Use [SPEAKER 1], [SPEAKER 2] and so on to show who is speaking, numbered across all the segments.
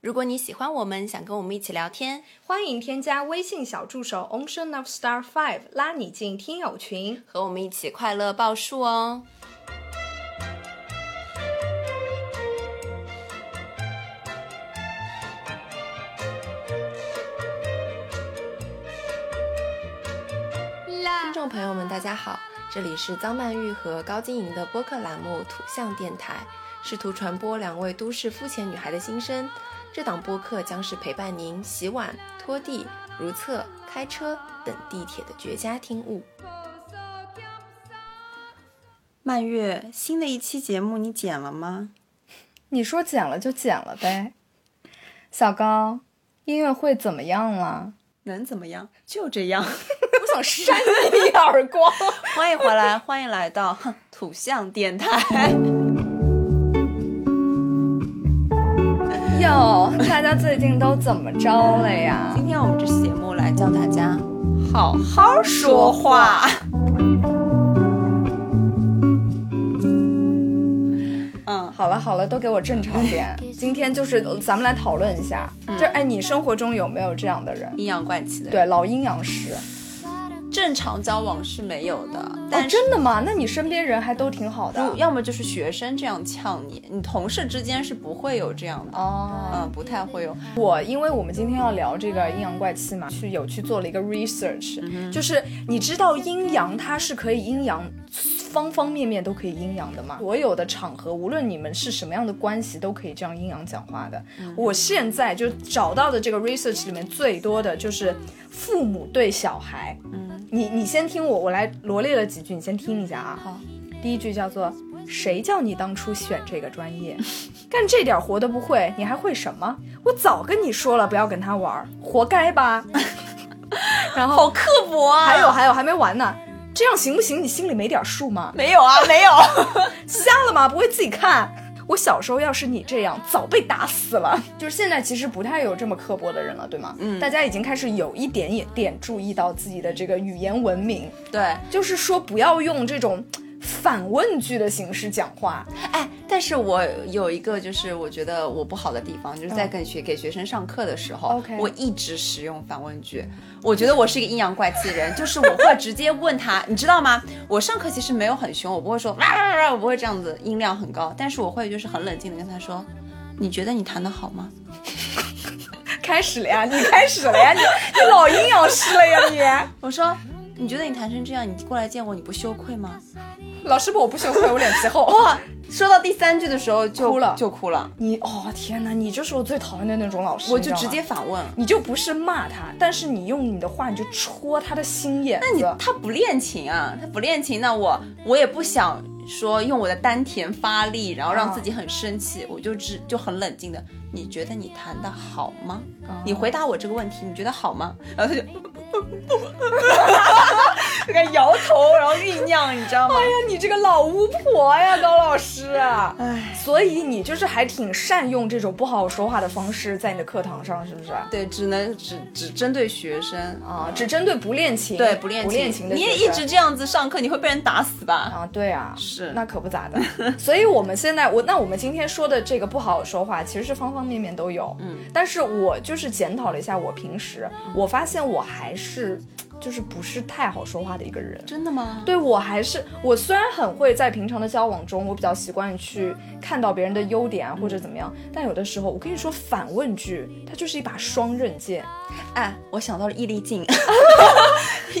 [SPEAKER 1] 如果你喜欢我们，想跟我们一起聊天，
[SPEAKER 2] 欢迎添加微信小助手 Ocean of Star Five，拉你进听友群。
[SPEAKER 1] 和我们一起快乐报数哦。听众朋友们，大家好，这里是张曼玉和高晶莹的播客栏目《土象电台》，试图传播两位都市肤浅女孩的心声。这档播客将是陪伴您洗碗、拖地、如厕、开车等地铁的绝佳听物。
[SPEAKER 3] 曼月，新的一期节目你剪了吗？
[SPEAKER 4] 你说剪了就剪了呗。小高，音乐会怎么样了？
[SPEAKER 3] 能怎么样？就这 样。
[SPEAKER 4] 我想扇你一耳光。
[SPEAKER 3] 欢迎回来，欢迎来到哼土象电台。
[SPEAKER 4] 哟，大家最近都怎么着了呀？
[SPEAKER 3] 今天我们这期节目来教大家好好说话。嗯，
[SPEAKER 4] 好了好了，都给我正常点。今天就是呃咱们来讨论一下，就是哎，你生活中有没有这样的人？
[SPEAKER 3] 阴阳怪气的人，
[SPEAKER 4] 对，老阴阳师。
[SPEAKER 3] 正常交往是没有的，
[SPEAKER 4] 哦，
[SPEAKER 3] 但是。
[SPEAKER 4] 真的吗？那你身边人还都挺好的啊
[SPEAKER 3] 如要么就是学生这样呛你，你同事之间是不会有这样的，
[SPEAKER 4] 哦。
[SPEAKER 3] 嗯，不太会有。
[SPEAKER 4] 我因为我们今天要聊这个阴阳怪气嘛，去有去做了一个 research，、就是你知道阴阳它是可以阴阳，方方面面都可以阴阳的嘛。所有的场合，无论你们是什么样的关系，都可以这样阴阳讲话的。我现在就找到的这个 research 里面最多的就是父母对小孩。嗯，你你先听我，我来罗列了几句，你先听一下啊。
[SPEAKER 3] 好，
[SPEAKER 4] 第一句叫做。谁叫你当初选这个专业？干这点活都不会，你还会什么？我早跟你说了，不要跟他玩儿，活该吧。然后
[SPEAKER 3] 好刻薄啊！
[SPEAKER 4] 还有还有还没完呢，这样行不行？你心里没点数吗？
[SPEAKER 3] 没有啊？没有。
[SPEAKER 4] 瞎了吗？不会自己看？我小时候要是你这样，早被打死了。就是现在其实不太有这么刻薄的人了，对吗？嗯，大家已经开始有一点也点注意到自己的这个语言文明，
[SPEAKER 3] 对，
[SPEAKER 4] 就是说不要用这种反问句的形式讲话。
[SPEAKER 3] 哎，但是我有一个就是我觉得我不好的地方，就是在给学、给学生上课的时候
[SPEAKER 4] 嗯 OK
[SPEAKER 3] 我一直使用反问句。我觉得我是一个阴阳怪气的人，就是我会直接问他，你知道吗？我上课其实没有很凶，我不会说哇哇哇，我不会这样子音量很高，但是我会就是很冷静的跟他说，你觉得你弹得好吗？
[SPEAKER 4] 开始了呀，你开始了呀，你你老阴阳师了呀
[SPEAKER 3] 我说。你觉得你弹成这样，你过来见我，你不羞愧吗？
[SPEAKER 4] 你！老师傅，我不羞愧，我脸皮 厚。
[SPEAKER 3] 哇，说到第三句的时候就
[SPEAKER 4] 哭了
[SPEAKER 3] 就哭了，
[SPEAKER 4] 你哦天哪，你就是我最讨厌的那种老师，
[SPEAKER 3] 我
[SPEAKER 4] 你知
[SPEAKER 3] 就
[SPEAKER 4] 道吗
[SPEAKER 3] 直接，反问，
[SPEAKER 4] 你就不是骂他，但是你用你的话你就戳他的心眼
[SPEAKER 3] 那你
[SPEAKER 4] 子。哎
[SPEAKER 3] 他不练琴啊，他不练琴，那我我也不想说用我的丹田发力，然后让自己很生气，我就只就很冷静的，你觉得你弹的好吗？你回答我这个问题，你觉得好吗？然后他就，就开始摇头，然后酝酿，你知道吗？
[SPEAKER 4] 哎呀，你这个老巫婆呀，高老师啊！
[SPEAKER 3] 唉，
[SPEAKER 4] 所以你就是还挺善用这种不好说话的方式在你的课堂上，是不是？
[SPEAKER 3] 对，只能只只针对学生
[SPEAKER 4] 啊，只针对不练琴，
[SPEAKER 3] 对不练
[SPEAKER 4] 不练琴的
[SPEAKER 3] 你
[SPEAKER 4] 学
[SPEAKER 3] 也
[SPEAKER 4] 生
[SPEAKER 3] 一直这样子上课，你会被人打死吧？
[SPEAKER 4] 啊，对啊，
[SPEAKER 3] 是
[SPEAKER 4] 那可不咋的。 所以我们现在，我那我们今天说的这个不好说话，其实是方方面面都有。嗯，但是我就是检讨了一下我平时，
[SPEAKER 3] 嗯
[SPEAKER 4] 我发现我还是就是不是太好说话的一个人。
[SPEAKER 3] 真的吗？
[SPEAKER 4] 对我还是我虽然很会在平常的交往中，我比较习惯去看到别人的优点啊或
[SPEAKER 3] 嗯
[SPEAKER 4] 者怎么样，但有的时候我跟你说反问句，它就是一把双刃剑。
[SPEAKER 3] 哎，我想到了易 立竞，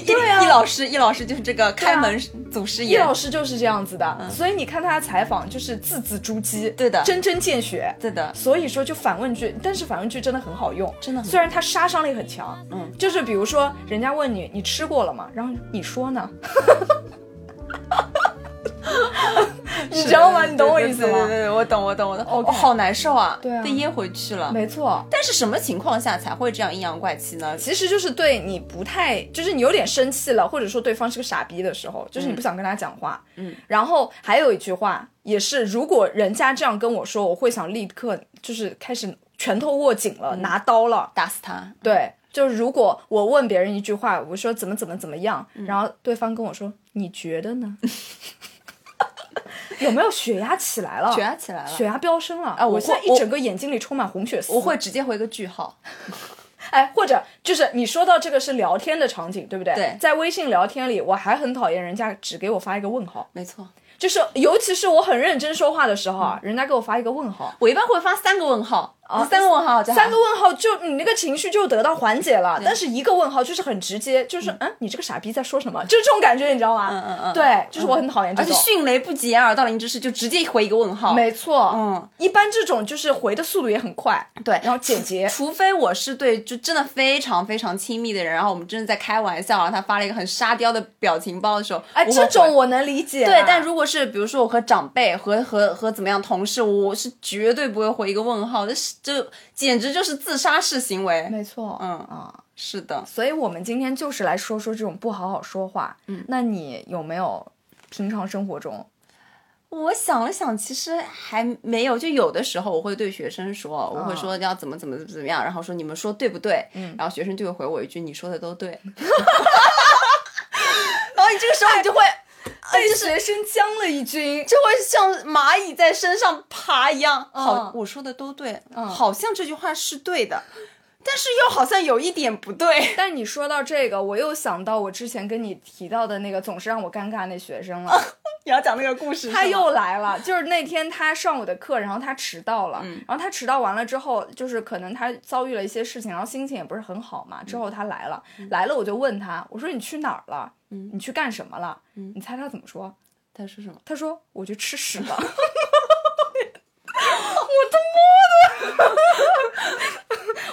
[SPEAKER 4] 对啊
[SPEAKER 3] 易老师，易老师就是这个开门祖师
[SPEAKER 4] 叶
[SPEAKER 3] 爷，
[SPEAKER 4] 老师就是这样子的，所以你看他的采访就是字字珠玑，
[SPEAKER 3] 嗯对的
[SPEAKER 4] 针针见血。
[SPEAKER 3] 对的，
[SPEAKER 4] 所以说就反问句，但是反问句真的很好用，
[SPEAKER 3] 真的很
[SPEAKER 4] 虽然它杀伤力很强，
[SPEAKER 3] 嗯，
[SPEAKER 4] 就是比如说人家问你你吃过了吗？然后你说 呢？你知道吗？你懂我意思
[SPEAKER 3] 对对
[SPEAKER 4] 吗？
[SPEAKER 3] 对对，我懂，我懂，我懂。
[SPEAKER 4] OK
[SPEAKER 3] 哦好难受啊，
[SPEAKER 4] 对啊
[SPEAKER 3] 被噎回去了。
[SPEAKER 4] 没错，
[SPEAKER 3] 但是什么情况下才会这样阴阳怪气呢？
[SPEAKER 4] 其实就是对你不太，就是你有点生气了，或者说对方是个傻逼的时候，就是你不想跟他讲话。嗯，然后还有一句话也是，如果人家这样跟我说，我会想立刻就是开始拳头握紧
[SPEAKER 3] 嗯
[SPEAKER 4] 了，拿刀了。
[SPEAKER 3] 打死他，
[SPEAKER 4] 对，就是如果我问别人一句话，我说
[SPEAKER 3] 嗯
[SPEAKER 4] 怎么怎么怎么样，然后对方跟我说你觉得呢？ 有没有血压起来了？
[SPEAKER 3] 血压起来了
[SPEAKER 4] 血压飙升了
[SPEAKER 3] 啊我
[SPEAKER 4] 我现在
[SPEAKER 3] 会
[SPEAKER 4] 一整个眼睛里充满红血丝。
[SPEAKER 3] 我会直接回个句号。
[SPEAKER 4] 哎，或者就是你说到这个是聊天的场景，对不对？
[SPEAKER 3] 对
[SPEAKER 4] 在微信聊天里，我还很讨厌人家只给我发一个问号，
[SPEAKER 3] 没错，
[SPEAKER 4] 就是尤其是我很认真说话的时候啊，
[SPEAKER 3] 嗯
[SPEAKER 4] 人家给我发一个问号，
[SPEAKER 3] 我一般会发三个问号， 三个问号就好
[SPEAKER 4] 哦三个问号就你那个情绪就得到缓解了，但是一个问号就是很直接，就是嗯，你这个傻逼在说什么？ 就这种感觉，你知道吗？嗯
[SPEAKER 3] 嗯嗯
[SPEAKER 4] 对，就是我很讨厌这
[SPEAKER 3] 而且
[SPEAKER 4] 种。
[SPEAKER 3] 迅雷不及掩耳盗铃之势，就直接回一个问号。
[SPEAKER 4] 没错，
[SPEAKER 3] 嗯，
[SPEAKER 4] 一般这种就是回的速度也很快，
[SPEAKER 3] 对，
[SPEAKER 4] 然后简 洁。
[SPEAKER 3] 除非我是对就真的非常非常亲密的人，然后我们真的在开玩笑，然后他发了一个很沙雕的表情包的时候，
[SPEAKER 4] 哎，
[SPEAKER 3] 我会
[SPEAKER 4] 这种
[SPEAKER 3] 回
[SPEAKER 4] 我能理解啊。
[SPEAKER 3] 对，但如果是比如说我和长辈和和和怎么样同事，我是绝对不会回一个问号，这是这简直就是自杀式行为。
[SPEAKER 4] 没错，
[SPEAKER 3] 嗯
[SPEAKER 4] 啊。
[SPEAKER 3] 是的，
[SPEAKER 4] 所以我们今天就是来说说这种不好好说话。嗯，那你有没有平常生活中
[SPEAKER 3] 我想了想，其实还没有。就有的时候我会对学生说，我会说要怎么怎么怎么样，然后说你们说对不对？然后学生就会回我一句你说的都对。然后你这个时哎候你就会
[SPEAKER 4] 被学生将哎了一军？
[SPEAKER 3] 就会像蚂蚁在身上爬一样。
[SPEAKER 4] 嗯
[SPEAKER 3] 好，我说的都对，好像这句话是对的，但是又好像有一点 不对。
[SPEAKER 4] 但你说到这个，我又想到我之前跟你提到的那个总是让我尴尬那学生了。
[SPEAKER 3] 你要讲那个故事，
[SPEAKER 4] 他
[SPEAKER 3] 啊是吗
[SPEAKER 4] 又来了，就是那天他上我的课，然后他迟到了，
[SPEAKER 3] 嗯
[SPEAKER 4] 然后他迟到完了之后，就是可能他遭遇了一些事情，然后心情也不是很好嘛。
[SPEAKER 3] 嗯
[SPEAKER 4] 之后他来了，来了我就问他，我说你去哪儿了？
[SPEAKER 3] 嗯
[SPEAKER 4] 你去干什么了？你猜他怎么说？
[SPEAKER 3] 他说什么？
[SPEAKER 4] 他说我去吃屎 了。我他妈的，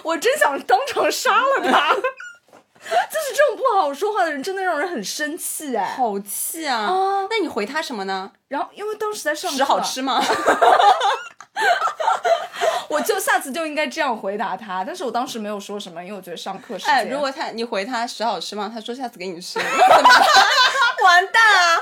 [SPEAKER 4] 我真想当场杀了他。就是这种不好说话的人，真的让人很生气哎。
[SPEAKER 3] 好气啊！
[SPEAKER 4] 啊
[SPEAKER 3] 那你回他什么呢？
[SPEAKER 4] 然后因为当时在上
[SPEAKER 3] 屎好
[SPEAKER 4] 课
[SPEAKER 3] 吃吗？
[SPEAKER 4] 我就下次就应该这样回答他，但是我当时没有说什么，因为我觉得上课时间。
[SPEAKER 3] 哎，如果他你回他屎好吃吗？他说下次给 你吃，那怎么办完蛋啊！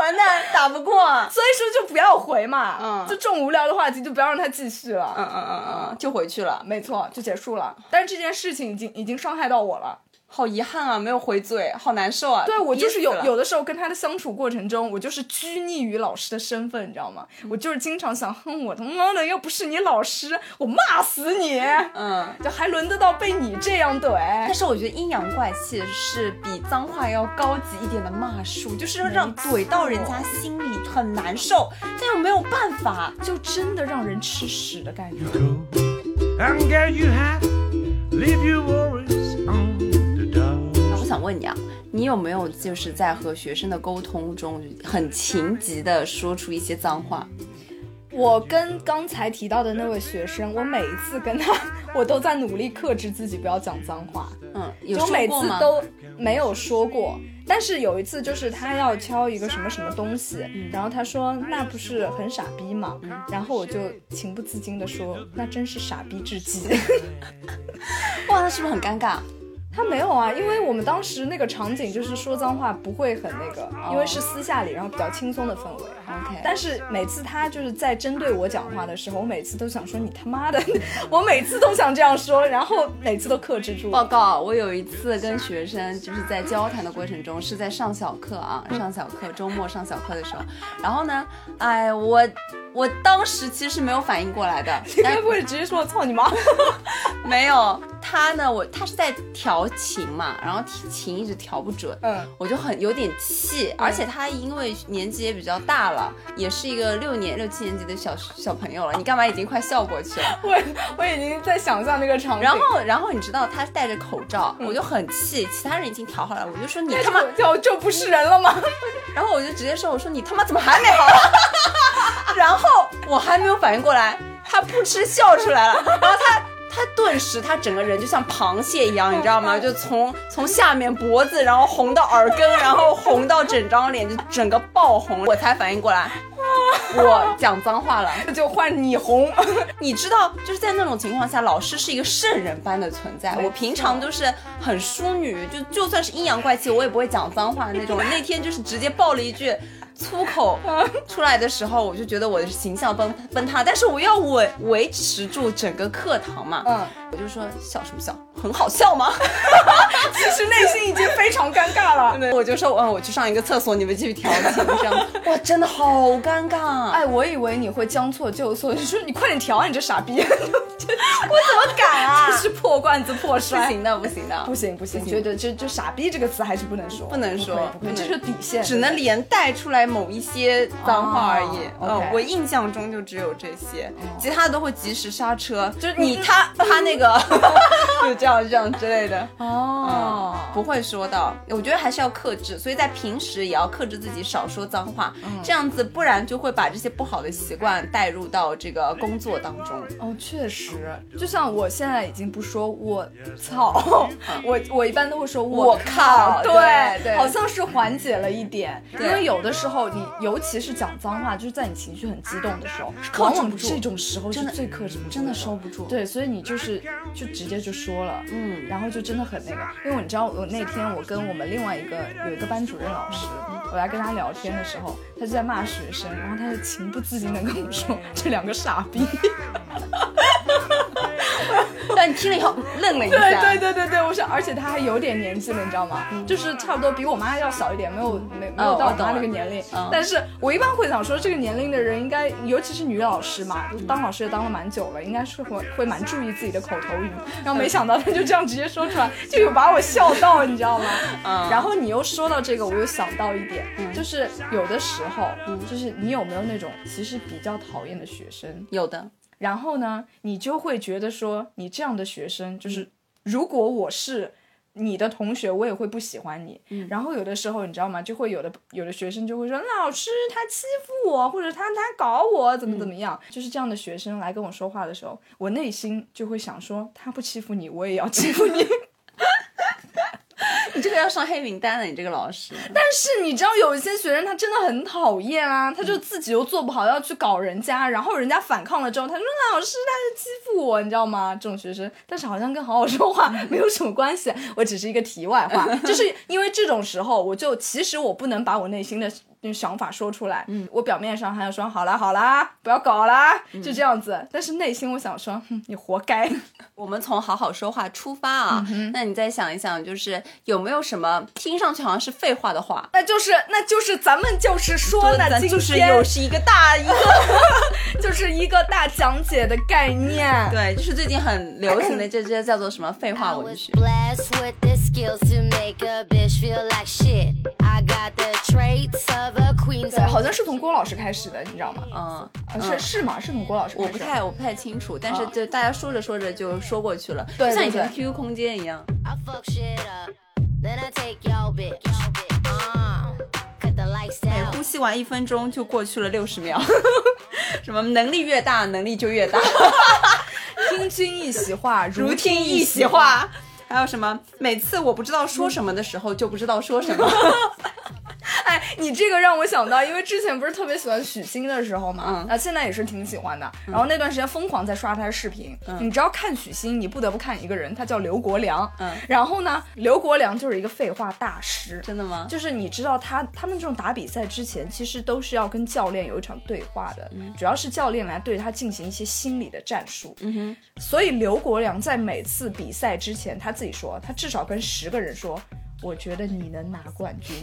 [SPEAKER 3] 完蛋，打不过啊。
[SPEAKER 4] 所以说就不要回嘛，
[SPEAKER 3] 嗯
[SPEAKER 4] 就这种无聊的话题就不要让他继续了。
[SPEAKER 3] 嗯嗯嗯嗯，就回去了，
[SPEAKER 4] 没错，就结束了。但是这件事情已经已经伤害到我了。
[SPEAKER 3] 好遗憾啊，没有回嘴，好难受啊。
[SPEAKER 4] 对我就
[SPEAKER 3] 憋
[SPEAKER 4] 是
[SPEAKER 3] 死
[SPEAKER 4] 有
[SPEAKER 3] 了
[SPEAKER 4] 有的时候跟他的相处过程中，我就是拘泥于老师的身份，你知道吗？我就是经常想，哼，我他妈的要不是你老师，我骂死你，
[SPEAKER 3] 嗯。
[SPEAKER 4] 就还轮得到被你这样
[SPEAKER 3] 但
[SPEAKER 4] 怼？
[SPEAKER 3] 是我觉得阴阳怪气是比脏话要高级一点的骂术，就是让怼到人家心里很难受，但又没有办法。
[SPEAKER 4] 就真的让人吃屎的感觉。
[SPEAKER 5] go and get you happy, leave your worries on the dog.
[SPEAKER 3] 我想问你啊，你有没有就是在和学生的沟通中很情急的说出一些脏话？
[SPEAKER 4] 我跟刚才提到的那位学生，我每一次跟他，我都在努力克制自己不要讲脏话，
[SPEAKER 3] 嗯，有
[SPEAKER 4] 就
[SPEAKER 3] 说
[SPEAKER 4] 每
[SPEAKER 3] 过
[SPEAKER 4] 次
[SPEAKER 3] 吗？
[SPEAKER 4] 都没有说过。但是有一次，就是他要敲一个什么什么东西，
[SPEAKER 3] 嗯
[SPEAKER 4] 然后他说那不是很傻逼吗？然后我就情不自禁的说
[SPEAKER 3] 嗯
[SPEAKER 4] 那真是傻逼至极。
[SPEAKER 3] 哇，那是不是很尴尬？
[SPEAKER 4] 他没有啊，因为我们当时那个场景就是说脏话不会很那个，因为是私下里，然后比较轻松的氛围。
[SPEAKER 3] OK
[SPEAKER 4] 但是每次他就是在针对我讲话的时候，我每次都想说你他妈的， 我每次都想这样说，然后每次都克制住。
[SPEAKER 3] 报告，我有一次跟学生就是在交谈的过程中，是在上小课啊，上小课，周末上小课的时候，然后呢，哎，我我当时其实是没有反应过来 的，
[SPEAKER 4] 你
[SPEAKER 3] 但
[SPEAKER 4] 该不会直接说操你妈？
[SPEAKER 3] 嗯没有，他呢，我他是在调琴嘛，然后琴一直调不准，
[SPEAKER 4] 嗯，
[SPEAKER 3] 我就很有点气，而且他因为年纪也比较大了，也是一个六年六七年级的小小朋友了，你干嘛已经快笑过 去了？
[SPEAKER 4] 我我已经在想象那个场景，
[SPEAKER 3] 然后，然后你知道他戴着口罩，我就很气，其他人已经调好了，我就说你
[SPEAKER 4] 那
[SPEAKER 3] 他妈，
[SPEAKER 4] 就就不是人了吗？
[SPEAKER 3] 然后我就直接说，我说你他妈怎么还没好？啊 然后我还没有反应过来，他噗嗤笑出来了，然后他他顿时他整个人就像螃蟹一样，你知道吗？就从从下面脖子，然后红到耳根，然后红到整张脸，就整个爆红。我才反应过来，我讲脏话了。
[SPEAKER 4] 就换你红，
[SPEAKER 3] 你知道，就是在那种情况下，老师是一个圣人般的存在。我平常都是很淑女，就就算是阴阳怪气，我也不会讲脏话的那种。那天就是直接爆了一句。粗口出来的时候，我就觉得我的形象崩崩塌，但是我要维维持住整个课堂嘛。
[SPEAKER 4] 嗯，
[SPEAKER 3] 我就说笑什么笑，很好笑吗？
[SPEAKER 4] 其实内心已经非常尴尬了。
[SPEAKER 3] 我就说，嗯，我去上一个厕所，你们继续调情，这样哇，真的好尴尬。哎，
[SPEAKER 4] 哎，我以为你会将错就错，你说你快点调啊，你这傻逼！ 我
[SPEAKER 3] 我
[SPEAKER 4] 怎
[SPEAKER 3] 怎么敢啊？
[SPEAKER 4] 真是破罐子破
[SPEAKER 3] 不
[SPEAKER 4] 摔。
[SPEAKER 3] 行的，不行的，
[SPEAKER 4] 不行不行，觉得这这傻逼这个词还是不能说，
[SPEAKER 3] 不能说
[SPEAKER 4] 可以不可以
[SPEAKER 3] 不能
[SPEAKER 4] 这是底线，
[SPEAKER 3] 只能连带出来某一些脏话而已。
[SPEAKER 4] 哦，OK 哦
[SPEAKER 3] 嗯，我印象中就只有这些，其他的都会及时刹车，就是
[SPEAKER 4] 你
[SPEAKER 3] 你他 他那个 就这样这样之类的。嗯
[SPEAKER 4] 哦。
[SPEAKER 3] 不会说到，我觉得还是要克制，所以在平时也要克制自己，少说脏话，
[SPEAKER 4] 嗯
[SPEAKER 3] 这样子不然就会把这些不好的习惯带入到这个工作当 中。
[SPEAKER 4] 哦，确实，就像我现在已经不说我 操，我我一般都会说
[SPEAKER 3] 我靠
[SPEAKER 4] 对
[SPEAKER 3] 对对
[SPEAKER 4] 好像是缓解了一点，因
[SPEAKER 3] 对
[SPEAKER 4] 为有的时候你尤其是讲脏话，就是在你情绪很激动的时候，
[SPEAKER 3] 克制
[SPEAKER 4] 往往
[SPEAKER 3] 不住
[SPEAKER 4] 这种时候是
[SPEAKER 3] 真的
[SPEAKER 4] 最克制不住，
[SPEAKER 3] 真的收不住
[SPEAKER 4] 对，所以你就是就直接就说了，
[SPEAKER 3] 嗯
[SPEAKER 4] 然后就真的很那个，因为你知道我那天我跟我们另外一个有一个班主任老师，我来跟他聊天的时候，他就在骂学生，然后他就情不自禁的跟我说这两个傻逼。
[SPEAKER 3] 但你听了以后愣了一下，嗯
[SPEAKER 4] 对对对对对，我想，而且他还有点年纪了，你知道吗？就是差不多比我妈要小一点，没有没没有
[SPEAKER 3] 哦
[SPEAKER 4] 到我
[SPEAKER 3] 我懂
[SPEAKER 4] 妈
[SPEAKER 3] 了
[SPEAKER 4] 那个年龄。
[SPEAKER 3] 嗯
[SPEAKER 4] 但是我一般会想说，这个年龄的人应该，尤其是女老师嘛，就当老师也当了蛮久了，应该是会会蛮注意自己的口头语。然后没想到他就这样直接说出来，就有把我笑到，你知道吗？
[SPEAKER 3] 嗯
[SPEAKER 4] 然后你又说到这个，我又想到一点，就是有的时候，就是你有没有那种其实比较讨厌的学生？
[SPEAKER 3] 有的，
[SPEAKER 4] 然后呢，你就会觉得说，你这样的学生，就是如果我是你的同学，我也会不喜欢你。然后有的时候，你知道吗？就会有的有的学生就会说，老师他欺负我，或者他他搞我，怎么怎么样。就是这样的学生来跟我说话的时候，我内心就会想说，他不欺负你，我也要欺负你。
[SPEAKER 3] 你这个要上黑名单了，你这个老师。
[SPEAKER 4] 但是你知道，有一些学生他真的很讨厌啊，他就自己又做不好，要去搞人家，然后人家反抗了之后，他说老师他是欺负我，你知道吗？这种学生，但是好像跟好好说话没有什么关系。啊我只是一个题外话， 就是因为这种时候，我就其实我不能把我内心的。想法说出来，嗯，我表面上还要说好啦好啦，不要搞啦，
[SPEAKER 3] 嗯
[SPEAKER 4] 就这样子。但是内心我想说，哼，你活该。
[SPEAKER 3] 我们从好好说话出发啊，那你再想一想，就是有没有什么听上去好像是废话的话？
[SPEAKER 4] 那就是那就是咱们就是说呢，
[SPEAKER 3] 咱
[SPEAKER 4] 今
[SPEAKER 3] 就是
[SPEAKER 4] 天
[SPEAKER 3] 又是一个大一 个，
[SPEAKER 4] 就是一个大讲解的概念。
[SPEAKER 3] 对，就是最近很流行的这些叫做什么废 话
[SPEAKER 6] I
[SPEAKER 3] 文
[SPEAKER 6] was
[SPEAKER 3] 学。
[SPEAKER 6] blessed with the skills to make a bitch feel like shit. I got the traits of a queen.
[SPEAKER 4] 对，好像是从郭老师开始的，你知道吗？
[SPEAKER 3] 嗯，
[SPEAKER 4] 啊是是吗？是从郭老师开
[SPEAKER 3] 我
[SPEAKER 4] 始的？
[SPEAKER 3] 不 太我不太清楚，但是就大家说着说着就说过去了，
[SPEAKER 4] 对
[SPEAKER 3] 就像以前
[SPEAKER 4] 对
[SPEAKER 3] QQ 空间一样。
[SPEAKER 6] I fuck shit up, then I take your bitch. Uh, cut the lights
[SPEAKER 3] 哎
[SPEAKER 6] out.
[SPEAKER 3] 呼吸完一分钟就过去了六十秒， 什么能力越大能力就越 大，
[SPEAKER 4] 听君一席话，
[SPEAKER 3] 如听一席。话。还有什么？每次我不知道说什么的时候就不知道说什么。
[SPEAKER 4] 哎，你这个让我想到，因为之前不是特别喜欢许昕的时候嘛，
[SPEAKER 3] 嗯
[SPEAKER 4] 那、现在也是挺喜欢的。然后那段时间疯狂在刷她的视频，你知道看许昕，你不得不看一个人，他叫刘国梁。
[SPEAKER 3] 嗯
[SPEAKER 4] 然后呢，刘国梁就是一个废话大师，
[SPEAKER 3] 真的吗？
[SPEAKER 4] 就是你知道他他们这种打比赛之前，其实都是要跟教练有一场对话的，
[SPEAKER 3] 嗯
[SPEAKER 4] 主要是教练来对他进行一些心理的战术。嗯哼，所以刘国梁在每次比赛之前，他自己说，他至少跟十个人说。我觉得你能拿冠军，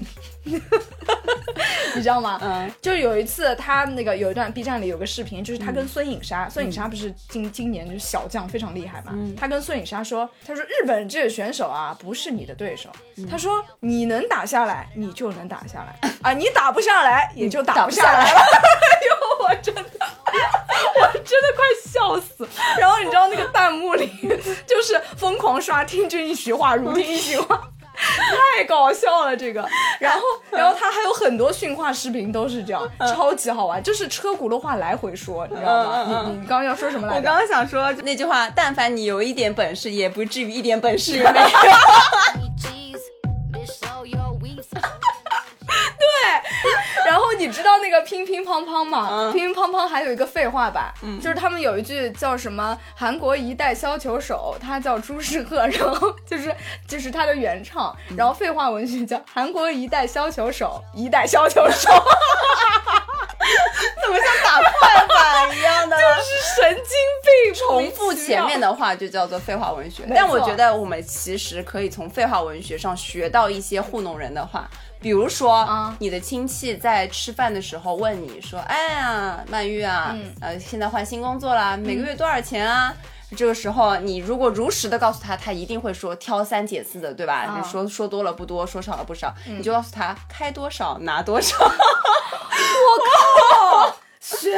[SPEAKER 4] 你知道吗？
[SPEAKER 3] 嗯，
[SPEAKER 4] 就是有一次他那个有一段 B 站里有个视频，就是他跟孙颖莎，孙颖莎不是今今年就是小将非常厉害嘛，他跟孙颖莎说，他说日本这个选手啊不是你的对手，他说你能打下来你就能打下 来啊，你打不下来也就打不下 来了，哎呦我真的。我真的快笑死！然后你知道那个弹幕里就是疯狂刷“听君一席话，如听一席话”，太搞笑了 这个。然后，然后他还有很多训话视频都是这样，
[SPEAKER 3] 嗯
[SPEAKER 4] 超级好玩，就是车轱辘话来回说，你知道吗？你你刚刚要说什么来
[SPEAKER 3] 嗯我
[SPEAKER 4] 着
[SPEAKER 3] 刚？刚想说那句话，但凡你有一点本事，也不至于一点本事也没有。
[SPEAKER 6] Cheese, bitch, so your weeds.
[SPEAKER 4] 然后你知道那个乒乒乓乓
[SPEAKER 3] 嗯
[SPEAKER 4] 吗？乒乒乓乓还有一个废话吧，就是他们有一句叫什么“韩国一代削球手”，他叫朱世赫， 然后就是就是他的原唱，
[SPEAKER 3] 嗯
[SPEAKER 4] 然后废话文学叫“韩国一代削球手，一代削球 手
[SPEAKER 3] 怎么像打快板一样的？”，
[SPEAKER 4] 是神经病，
[SPEAKER 3] 重复前面的话就叫做废话文学。
[SPEAKER 4] 错
[SPEAKER 3] 但我觉得我们其实可以从废话文学上学到一些糊弄人的话，比如说、
[SPEAKER 4] 嗯
[SPEAKER 3] 你的亲戚在吃饭的时候问你说：“哎呀，曼玉啊，
[SPEAKER 4] 嗯
[SPEAKER 3] 呃，现在换新工作啦，每个月多少钱啊？”这个时候，你如果如实的告诉他，他一定会说挑三拣四的，对吧？
[SPEAKER 4] 嗯
[SPEAKER 3] 你说说多了不多，说少了不少，你就告诉他开多少拿多少，
[SPEAKER 4] 哦学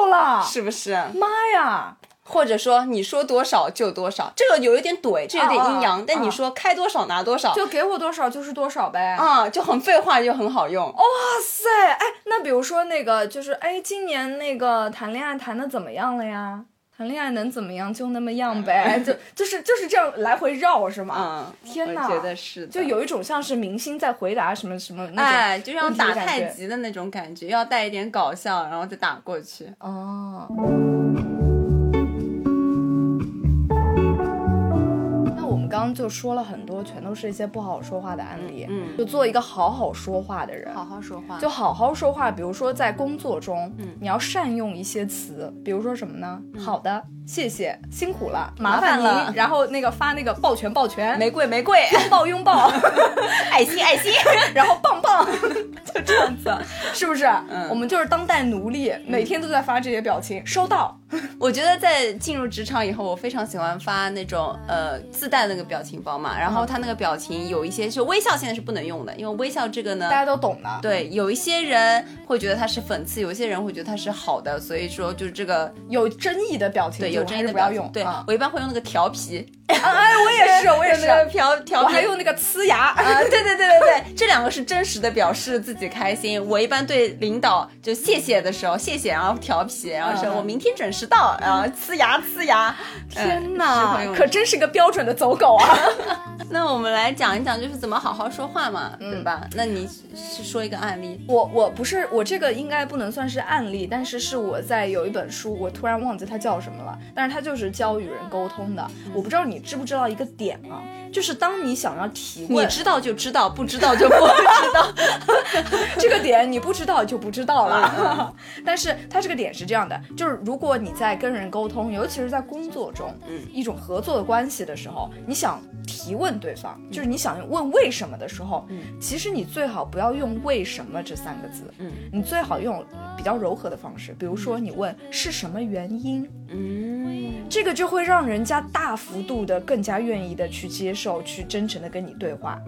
[SPEAKER 4] 到了，
[SPEAKER 3] 是不是？
[SPEAKER 4] 妈呀！
[SPEAKER 3] 或者说你说多少就多少，这个有一点怼，这有点阴阳。
[SPEAKER 4] 啊
[SPEAKER 3] 但你说开多少拿多少，
[SPEAKER 4] 就给我多少就是多少呗。
[SPEAKER 3] 啊、就很废话，就很好用。
[SPEAKER 4] 哇塞，哎，那比如说那个，就是哎，今年那个谈恋爱谈的怎么样了呀？谈恋爱能怎么样，就那么样呗，就就是就是这样来回绕是吗？
[SPEAKER 3] 嗯，
[SPEAKER 4] 天哪
[SPEAKER 3] 我觉得是的，
[SPEAKER 4] 就有一种像是明星在回答什么什么那种，
[SPEAKER 3] 哎，就像打太极的那种感觉，要带一点搞笑，然后再打过去。
[SPEAKER 4] 哦。那我们刚刚就说了很多，全都是一些不好说话的案例。
[SPEAKER 3] 嗯嗯
[SPEAKER 4] 就做一个好好说话的人，
[SPEAKER 3] 好说话
[SPEAKER 4] 就好好说话，比如说在工作中，
[SPEAKER 3] 嗯
[SPEAKER 4] 你要善用一些词，比如说什么呢？好的，谢谢，辛苦了，
[SPEAKER 3] 麻
[SPEAKER 4] 烦
[SPEAKER 3] 烦了
[SPEAKER 4] 您。然后那个发那个抱拳抱拳，
[SPEAKER 3] 玫瑰玫 瑰，
[SPEAKER 4] 拥抱拥抱，
[SPEAKER 3] 爱心爱 心。
[SPEAKER 4] 然后棒棒，就这样子，是不是？
[SPEAKER 3] 嗯
[SPEAKER 4] 我们就是当代奴隶，每天都在发这些表情。收到，
[SPEAKER 3] 我觉得在进入职场以后，我非常喜欢发那种呃自带那个表情包嘛，然后它那个表情有一些就微笑现在是不能用的，因为微笑这个呢，
[SPEAKER 4] 大家都懂的。
[SPEAKER 3] 对，有一些人会觉得它是讽刺，有一些人会觉得它是好的，所以说就是这个
[SPEAKER 4] 有争议的表情，
[SPEAKER 3] 对有争议的
[SPEAKER 4] 不要
[SPEAKER 3] 表情
[SPEAKER 4] 用。
[SPEAKER 3] 对、
[SPEAKER 4] 啊，
[SPEAKER 3] 我一般会用那个调皮，
[SPEAKER 4] 哎，我也是，我也是
[SPEAKER 3] 那，个啊调调
[SPEAKER 4] 我
[SPEAKER 3] 皮，
[SPEAKER 4] 还用那个呲牙。
[SPEAKER 3] 啊， 对对对对对，这两个是真实的表示自己开心。我一般对领导就谢谢的时候，谢谢，然后调皮，然后说
[SPEAKER 4] 嗯
[SPEAKER 3] 我明天准时到，然后呲牙呲牙。
[SPEAKER 4] 天
[SPEAKER 3] 是会
[SPEAKER 4] 哪
[SPEAKER 3] 用，的
[SPEAKER 4] 可真是个标准的走狗啊！
[SPEAKER 3] 那我们来讲一讲，就是怎么好好说话嘛，对吧？那你是说一个案例，
[SPEAKER 4] 我我不是我这个应该不能算是案例，但是是我在有一本书，我突然忘记它叫什么了，但是它就是教与人沟通的。
[SPEAKER 3] 嗯
[SPEAKER 4] 我不知道你知不知道一个点啊，就是当你想要提
[SPEAKER 3] 你
[SPEAKER 4] 问
[SPEAKER 3] 知道就知道，不知道就不知道。
[SPEAKER 4] 这个点，你不知道就不知道
[SPEAKER 3] 嗯
[SPEAKER 4] 了。 但是它这个点是这样的，就是如果你在跟人沟通，尤其是在工作中，
[SPEAKER 3] 嗯
[SPEAKER 4] 一种合作的关系的时候，你想提问对方，就是你想问为什么的时候，其实你最好不要用“为什么”这三个字，
[SPEAKER 3] 嗯
[SPEAKER 4] 你最好用比较柔和的方式，比如说你问是什么原因，
[SPEAKER 3] 嗯，
[SPEAKER 4] 这个就会让人家大幅度的更加愿意的去接受，去真诚的跟你对话，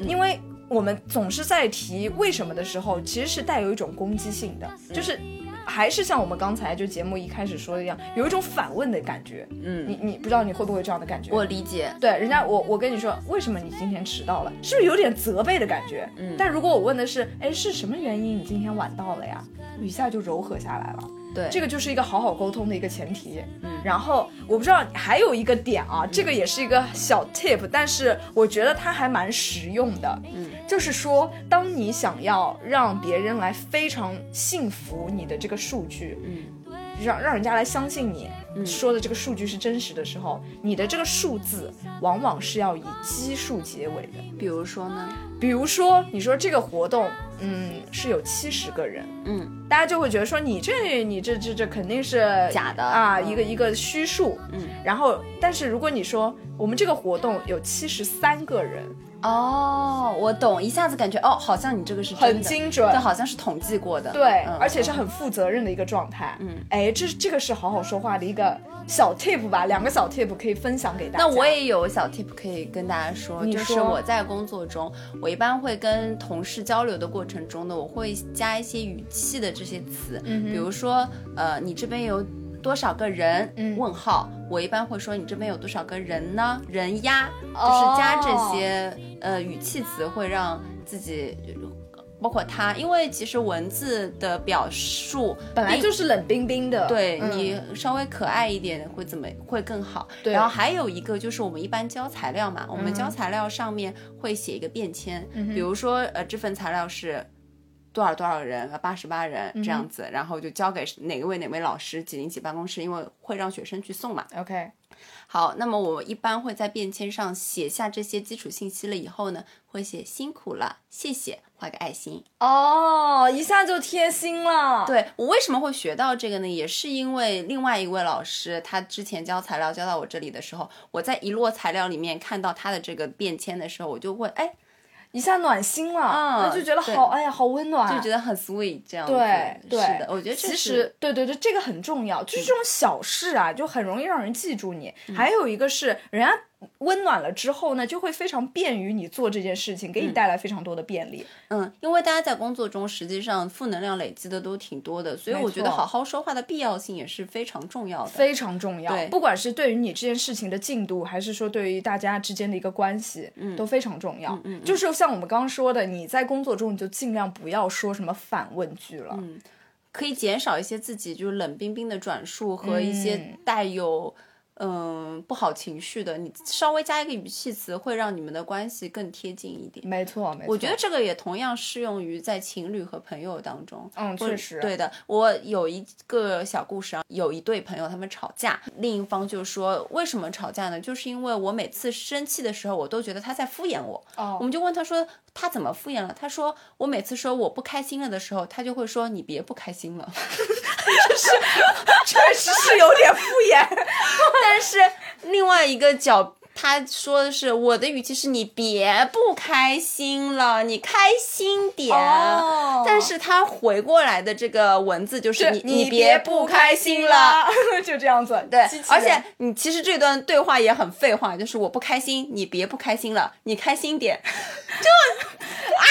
[SPEAKER 3] 嗯
[SPEAKER 4] 因为我们总是在提为什么的时候，其实是带有一种攻击性的，就是。还是像我们刚才就节目一开始说的一样，有一种反问的感觉。
[SPEAKER 3] 嗯
[SPEAKER 4] 你你不知道你会不会这样的感觉？
[SPEAKER 3] 我理解。
[SPEAKER 4] 对人家我我跟你说，为什么你今天迟到了？是不是有点责备的感觉？嗯但如果我问的是，哎，是什么原因你今天晚到了呀？一下就柔和下来了。
[SPEAKER 3] 对，
[SPEAKER 4] 这个就是一个好好沟通的一个前提。嗯，然后我不知道还有一个点啊，这个也是一个小 tip，但是我觉得它还蛮实用的。嗯，就是说，当你想要让别人来非常信服你的这个数据，嗯，让让人家来相信你。
[SPEAKER 3] 嗯
[SPEAKER 4] 说的这个数据是真实的时候，你的这个数字往往是要以基数结尾的。
[SPEAKER 3] 比如说呢，
[SPEAKER 4] 比如说，你说这个活动，嗯，是有七十个人，
[SPEAKER 3] 嗯，
[SPEAKER 4] 大家就会觉得说你这你这这这肯定是
[SPEAKER 3] 假的
[SPEAKER 4] 啊，
[SPEAKER 3] 嗯
[SPEAKER 4] 一个一个虚数，
[SPEAKER 3] 嗯，
[SPEAKER 4] 然后但是如果你说我们这个活动有七十三个人，
[SPEAKER 3] 哦，我懂，一下子感觉哦，好像你这个是真的
[SPEAKER 4] 很精准
[SPEAKER 3] 对，好像是统计过的，
[SPEAKER 4] 对，
[SPEAKER 3] 嗯
[SPEAKER 4] 而且是很负责任的一个状态，
[SPEAKER 3] 嗯，
[SPEAKER 4] 哎，这这个是好好说话的一个小 tip 吧，两个小 tip 可以分享给大家。
[SPEAKER 3] 那我也有小 tip 可以跟大家说，
[SPEAKER 4] 你
[SPEAKER 3] 就是
[SPEAKER 4] 说
[SPEAKER 3] 我在工作中，我一般会跟同事交流的过程中呢，我会加一些语气的这些词，
[SPEAKER 4] 嗯哼
[SPEAKER 3] 比如说，呃，你这边有。多少个人？
[SPEAKER 4] 嗯
[SPEAKER 3] 问号。我一般会说你这边有多少个人呢？人呀，就
[SPEAKER 4] 哦
[SPEAKER 3] 是加这些、呃语气词，会让自己，包括他，因为其实文字的表述
[SPEAKER 4] 本来
[SPEAKER 3] 并
[SPEAKER 4] 就是冷冰冰的，
[SPEAKER 3] 对、
[SPEAKER 4] 嗯
[SPEAKER 3] 你稍微可爱一点会怎么会更好？
[SPEAKER 4] 对嗯
[SPEAKER 3] 然后还有一个就是我们一般交材料嘛，我们交材料上面会写一个便签，比如说呃这份材料是。
[SPEAKER 1] 多少多少人和八十八人
[SPEAKER 4] 嗯
[SPEAKER 1] 这样子，然后就交给哪位哪位老师几零几办公室，因为会让学生去送嘛。
[SPEAKER 4] OK，
[SPEAKER 1] 好，那么我一般会在便签上写下这些基础信息了以后呢，会写辛苦了，谢谢，画个爱心。
[SPEAKER 4] 哦，一下就贴心了。，
[SPEAKER 1] 对我为什么会学到这个呢？也是因为另外一位老师，他之前教材料教到我这里的时候，我在一摞材料里面看到他的这个便签的时候，我就会哎，
[SPEAKER 4] 一下暖心了，
[SPEAKER 1] 嗯
[SPEAKER 4] 那就觉得
[SPEAKER 1] 对
[SPEAKER 4] 好，哎呀，好温暖，
[SPEAKER 1] 就觉得很 sweet 这样子。
[SPEAKER 4] 对对，
[SPEAKER 1] 是的，我觉得嗯这
[SPEAKER 4] 其
[SPEAKER 1] 是
[SPEAKER 4] 实对对对，这个很重要，就是这种小事啊，就很容易让人记住你。
[SPEAKER 1] 嗯
[SPEAKER 4] 还有一个是，人家温暖了之后呢，就会非常便于你做这件事情，给你带来非常多的便利。
[SPEAKER 1] 嗯，因为大家在工作中实际上负能量累积的都挺多的，所以
[SPEAKER 4] 没
[SPEAKER 1] 我觉得
[SPEAKER 4] 错
[SPEAKER 1] 好好说话的必要性也是非常重要的。
[SPEAKER 4] 非常重要
[SPEAKER 1] 对，
[SPEAKER 4] 不管是对于你这件事情的进度，还是说对于大家之间的一个关系，嗯，都非常重要。嗯就是像我们刚刚说的，你在工作中你就尽量不要说什么反问句了，
[SPEAKER 1] 嗯可以减少一些自己就是冷冰冰的转述和一些
[SPEAKER 4] 嗯
[SPEAKER 1] 带有嗯不好情绪的，你稍微加一个语气词，会让你们的关系更贴近一点。
[SPEAKER 4] 没错，没错。
[SPEAKER 1] 我觉得这个也同样适用于在情侣和朋友当中。
[SPEAKER 4] 嗯
[SPEAKER 1] 或者
[SPEAKER 4] 确实
[SPEAKER 1] 对的。我有一个小故事啊，有一对朋友他们吵架，另一方就说为什么吵架呢？就是因为我每次生气的时候，我都觉得他在敷衍我。
[SPEAKER 4] 哦
[SPEAKER 1] 我们就问他说他怎么敷衍了？他说我每次说我不开心了的时候，他就会说你别不开心了。
[SPEAKER 4] 确实是有点敷衍，
[SPEAKER 1] 但是另外一个角。他说的是我的语气是你别不开心了，你开心点。
[SPEAKER 4] 哦
[SPEAKER 1] 但是他回过来的这个文字就是你
[SPEAKER 4] 你
[SPEAKER 1] 别
[SPEAKER 4] 不
[SPEAKER 1] 开
[SPEAKER 4] 开
[SPEAKER 1] 心
[SPEAKER 4] 心
[SPEAKER 1] 了。，
[SPEAKER 4] 就这样子。
[SPEAKER 1] 对
[SPEAKER 4] 机，器
[SPEAKER 1] 而
[SPEAKER 4] 人
[SPEAKER 1] 且你其实这段对话也很废话，就是我不开心，你别不开心了，你开心 点，就啊，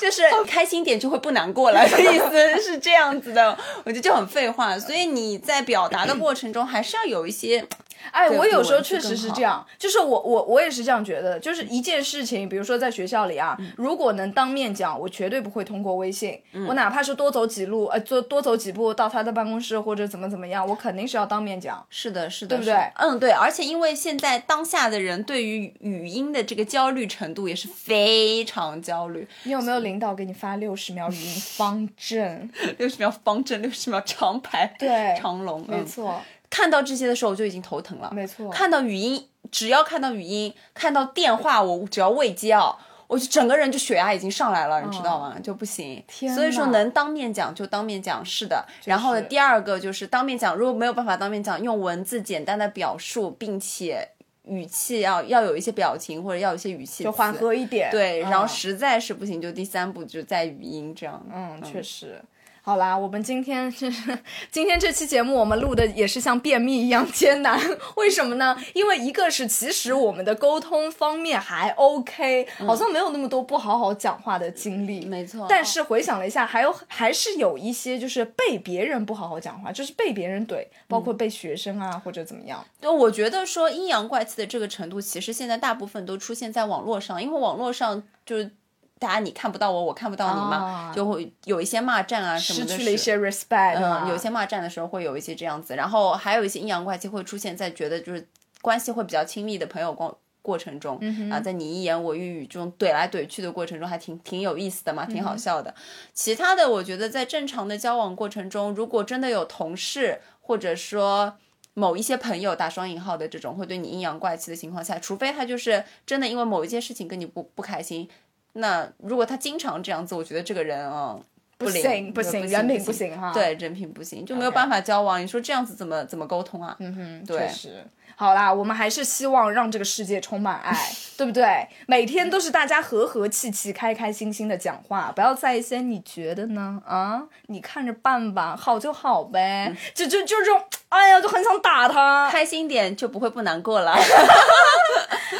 [SPEAKER 1] 就是开心点就会不难过了，意思 是这样子的，我觉得就很废话。所以你在表达的过程中，还是要有一些
[SPEAKER 4] 哎，
[SPEAKER 1] 对
[SPEAKER 4] 我
[SPEAKER 1] 比
[SPEAKER 4] 有时候
[SPEAKER 1] 文字
[SPEAKER 4] 确
[SPEAKER 1] 更
[SPEAKER 4] 实是
[SPEAKER 1] 好嗯
[SPEAKER 4] 这样，就是我我我也是这样觉得的，就是一件事情，比如说在学校里啊，如果能当面讲，我绝对不会通过微信，
[SPEAKER 1] 嗯
[SPEAKER 4] 我哪怕是多走几路，呃，多多走几步到他的办公室或者怎么怎么样，我肯定是要当面讲。
[SPEAKER 1] 是的，是的，
[SPEAKER 4] 对不
[SPEAKER 1] 是的
[SPEAKER 4] 对
[SPEAKER 1] 嗯，对，而且因为现在当下的人对于语音的这个焦虑程度也是非常焦虑，
[SPEAKER 4] 你有没有领导给你发六十秒 语音方阵？
[SPEAKER 1] 六十秒方阵，六十秒长排，
[SPEAKER 4] 对
[SPEAKER 1] 长龙，
[SPEAKER 4] 没
[SPEAKER 1] 嗯
[SPEAKER 4] 错，
[SPEAKER 1] 看到这些的时候，我就已经头疼了。
[SPEAKER 4] 没错
[SPEAKER 1] 看到语音，只要看到语音，看到电话，我只要未接啊，我就整个人就血压已经上来了，你知道吗？就不行。
[SPEAKER 4] 哦天
[SPEAKER 1] 所以说
[SPEAKER 4] 哪
[SPEAKER 1] 能当面讲就当面讲，是的。然后呢，第二个就是当面讲，如果没有办法当面讲，用文字简单的表述，并且语气要要有一些表情或者要有一些语气
[SPEAKER 4] 就缓
[SPEAKER 1] 词。
[SPEAKER 4] 和一点。
[SPEAKER 1] 对，然后
[SPEAKER 4] 嗯
[SPEAKER 1] 实在是不行，就第三步就在语音这样。
[SPEAKER 4] 嗯，确实。好啦，我们今天这 今天这期节目，我们录的也是像便秘一样艰难。 为什么呢？因为一个是其实我们的沟通方面还 OK，、好像没有那么多不好好讲话的经历。
[SPEAKER 1] 嗯没错
[SPEAKER 4] 但是回想了一下，还有还是有一些就是被别人不好好讲话，就是被别人怼，包
[SPEAKER 1] 嗯
[SPEAKER 4] 括被学生啊、或者怎么样。
[SPEAKER 1] 对，我觉得说阴阳怪气的这个程度，其实现在大部分都出现在网络上，因为网络上就是大家你看不到我，我看不哦到你嘛，
[SPEAKER 4] 啊
[SPEAKER 1] 就会有一些骂战啊什么
[SPEAKER 4] 失
[SPEAKER 1] 的时，
[SPEAKER 4] 去了一些 respect，、啊
[SPEAKER 1] 嗯，有些骂战的时候会有一些这样子，然后还有一些阴阳怪气会出现在觉得就是关系会比较亲密的朋友过过程中，
[SPEAKER 4] 嗯
[SPEAKER 1] 啊，在你一言我一语中怼来怼去的过程中，还挺挺有意思的嘛，
[SPEAKER 4] 嗯
[SPEAKER 1] 挺好笑的。其他的，我觉得在正常的交往过程中，如果真的有同事或者说。某一些朋友打双引号的这种会对你阴阳怪气的情况下，除非他就是真的因为某一件事情跟你不不开心，那如果他经常这样子，我觉得这个人啊、
[SPEAKER 4] 不
[SPEAKER 1] 灵
[SPEAKER 4] 行
[SPEAKER 1] 不
[SPEAKER 4] 不
[SPEAKER 1] 不
[SPEAKER 4] 行，
[SPEAKER 1] 行
[SPEAKER 4] 人
[SPEAKER 1] 不
[SPEAKER 4] 品不
[SPEAKER 1] 行
[SPEAKER 4] 行哈。
[SPEAKER 1] 对，人品不行，就没有办法交往。你说这样子怎么怎么沟通啊？嗯哼，对
[SPEAKER 4] 确，实。好啦，我们还是希望让这个世界充 满爱，对不对？每天都是大家和和气气、开开心心的讲话，不要在意一些你觉得呢啊，你看着办吧，好就好呗，
[SPEAKER 1] 嗯
[SPEAKER 4] 就就就这种，哎呀，就很想打他。
[SPEAKER 1] 开心点就不会不难过了。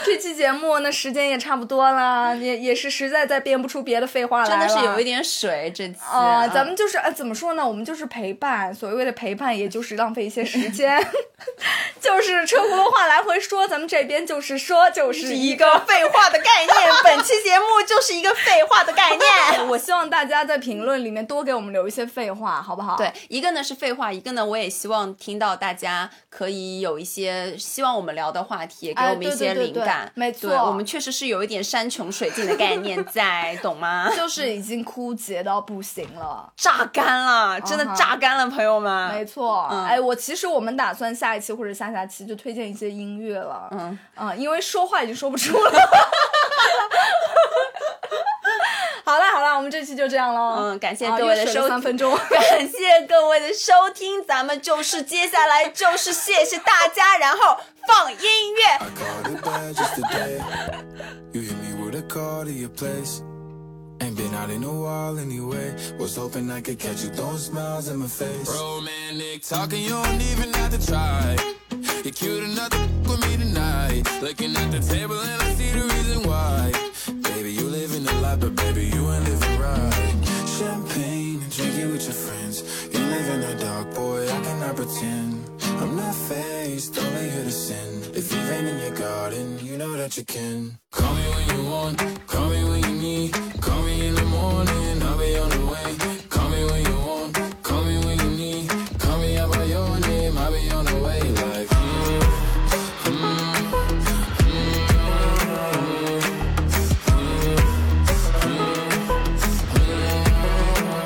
[SPEAKER 4] 这期节目呢，时间也差不多啦，也也是实在再编不出别的废话
[SPEAKER 1] 真
[SPEAKER 4] 来
[SPEAKER 1] 的
[SPEAKER 4] 了，
[SPEAKER 1] 是有一。点水，这次
[SPEAKER 4] 啊、
[SPEAKER 1] 啊
[SPEAKER 4] 咱们就是呃，怎么说呢？我们就是陪伴，所谓的陪伴，也就是浪费一些时间， 就是车轱辘话来回说。咱们这边就是说，就是一 个
[SPEAKER 1] 废话的概念，本期节目就是一个废话的概念。
[SPEAKER 4] 我希望大家在评论里面多给我们留一些废话，好不 好？
[SPEAKER 1] 对，，一个呢是废话，一个呢我也希望听到大家可以有一些希望我们聊的话题，给
[SPEAKER 4] 哎
[SPEAKER 1] 我们一
[SPEAKER 4] 对
[SPEAKER 1] 些
[SPEAKER 4] 对对
[SPEAKER 1] 灵
[SPEAKER 4] 对
[SPEAKER 3] 感，
[SPEAKER 4] 对没错
[SPEAKER 3] 对我们确实是有一点山穷水尽的概念 在，懂吗？
[SPEAKER 4] 就是已经枯竭到不行了。
[SPEAKER 3] 榨干了，真的
[SPEAKER 4] 啊哈
[SPEAKER 3] 榨干了，朋友们。
[SPEAKER 4] 没错，
[SPEAKER 3] 嗯
[SPEAKER 4] 哎，我其实我们打算下一期或者下下期就推荐一些音乐了，
[SPEAKER 3] 嗯
[SPEAKER 4] 啊，因为说话已经说不出了。 好了好了，我们这期就这样喽。
[SPEAKER 3] 嗯，感谢
[SPEAKER 4] 啊
[SPEAKER 3] 各位的
[SPEAKER 4] 又水
[SPEAKER 3] 收
[SPEAKER 4] 了三分 钟
[SPEAKER 3] 感谢各位的收听，咱们就是接下来就是谢谢大家，然后放音乐。
[SPEAKER 7] I got it bad just today. You hit me with a call to your place. Ain't been out in a while anyway. Was hoping I could catch you throwing smiles in my face. Romantic talking, you don't even have to try. You're cute enough to f- with me tonight. Looking at the table and I see the reason why. Baby, you living a lot, but baby, you ain't living right. Champagne and drinking with your friends. You live in the dark, boy, I cannot pretend. I'm not faced, only here to sin. If you've been in your garden, you know that you can. Call me when you want, call me when you need. Call me in the morning, I'll be on the way. Call me when you want, call me when you need. Call me out by your name, I'll be on the way. Like, mm, mm,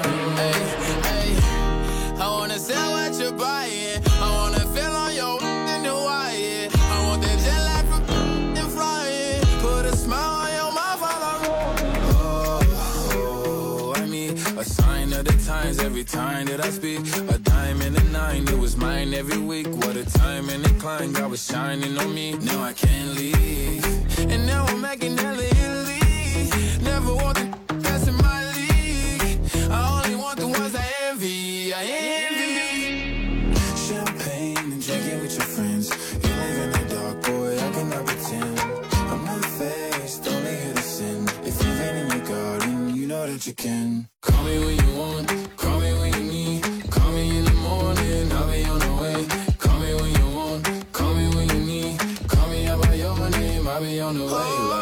[SPEAKER 7] Ay, I wanna sell what you're buying. I wanna feel on your in Hawaii. I want that jet lag from and flying. Put a smile on your mouth while I'm Oh, I mean, a sign of the times every time that I speak. A diamond and a nine, it was mine every week. What a time and incline, God was shining on me. Now I can't leave. And now I'm making hell in Italy. Never want the that's in my league. I only want the ones I envy. I envy champagne and drinking with your friends. You live in the dark, boy, I cannot pretend. I'm not faced, only here to sin. If you've been in your garden, you know that you can. Call me when you want, call me when you need. Call me in the morning, I'll be on the way. Call me when you want, call me when you need. Call me out by your name, I'll be on the way. uh, mm,